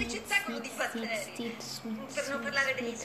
sweet, sweet, sweet, sweet, sweet, sweet.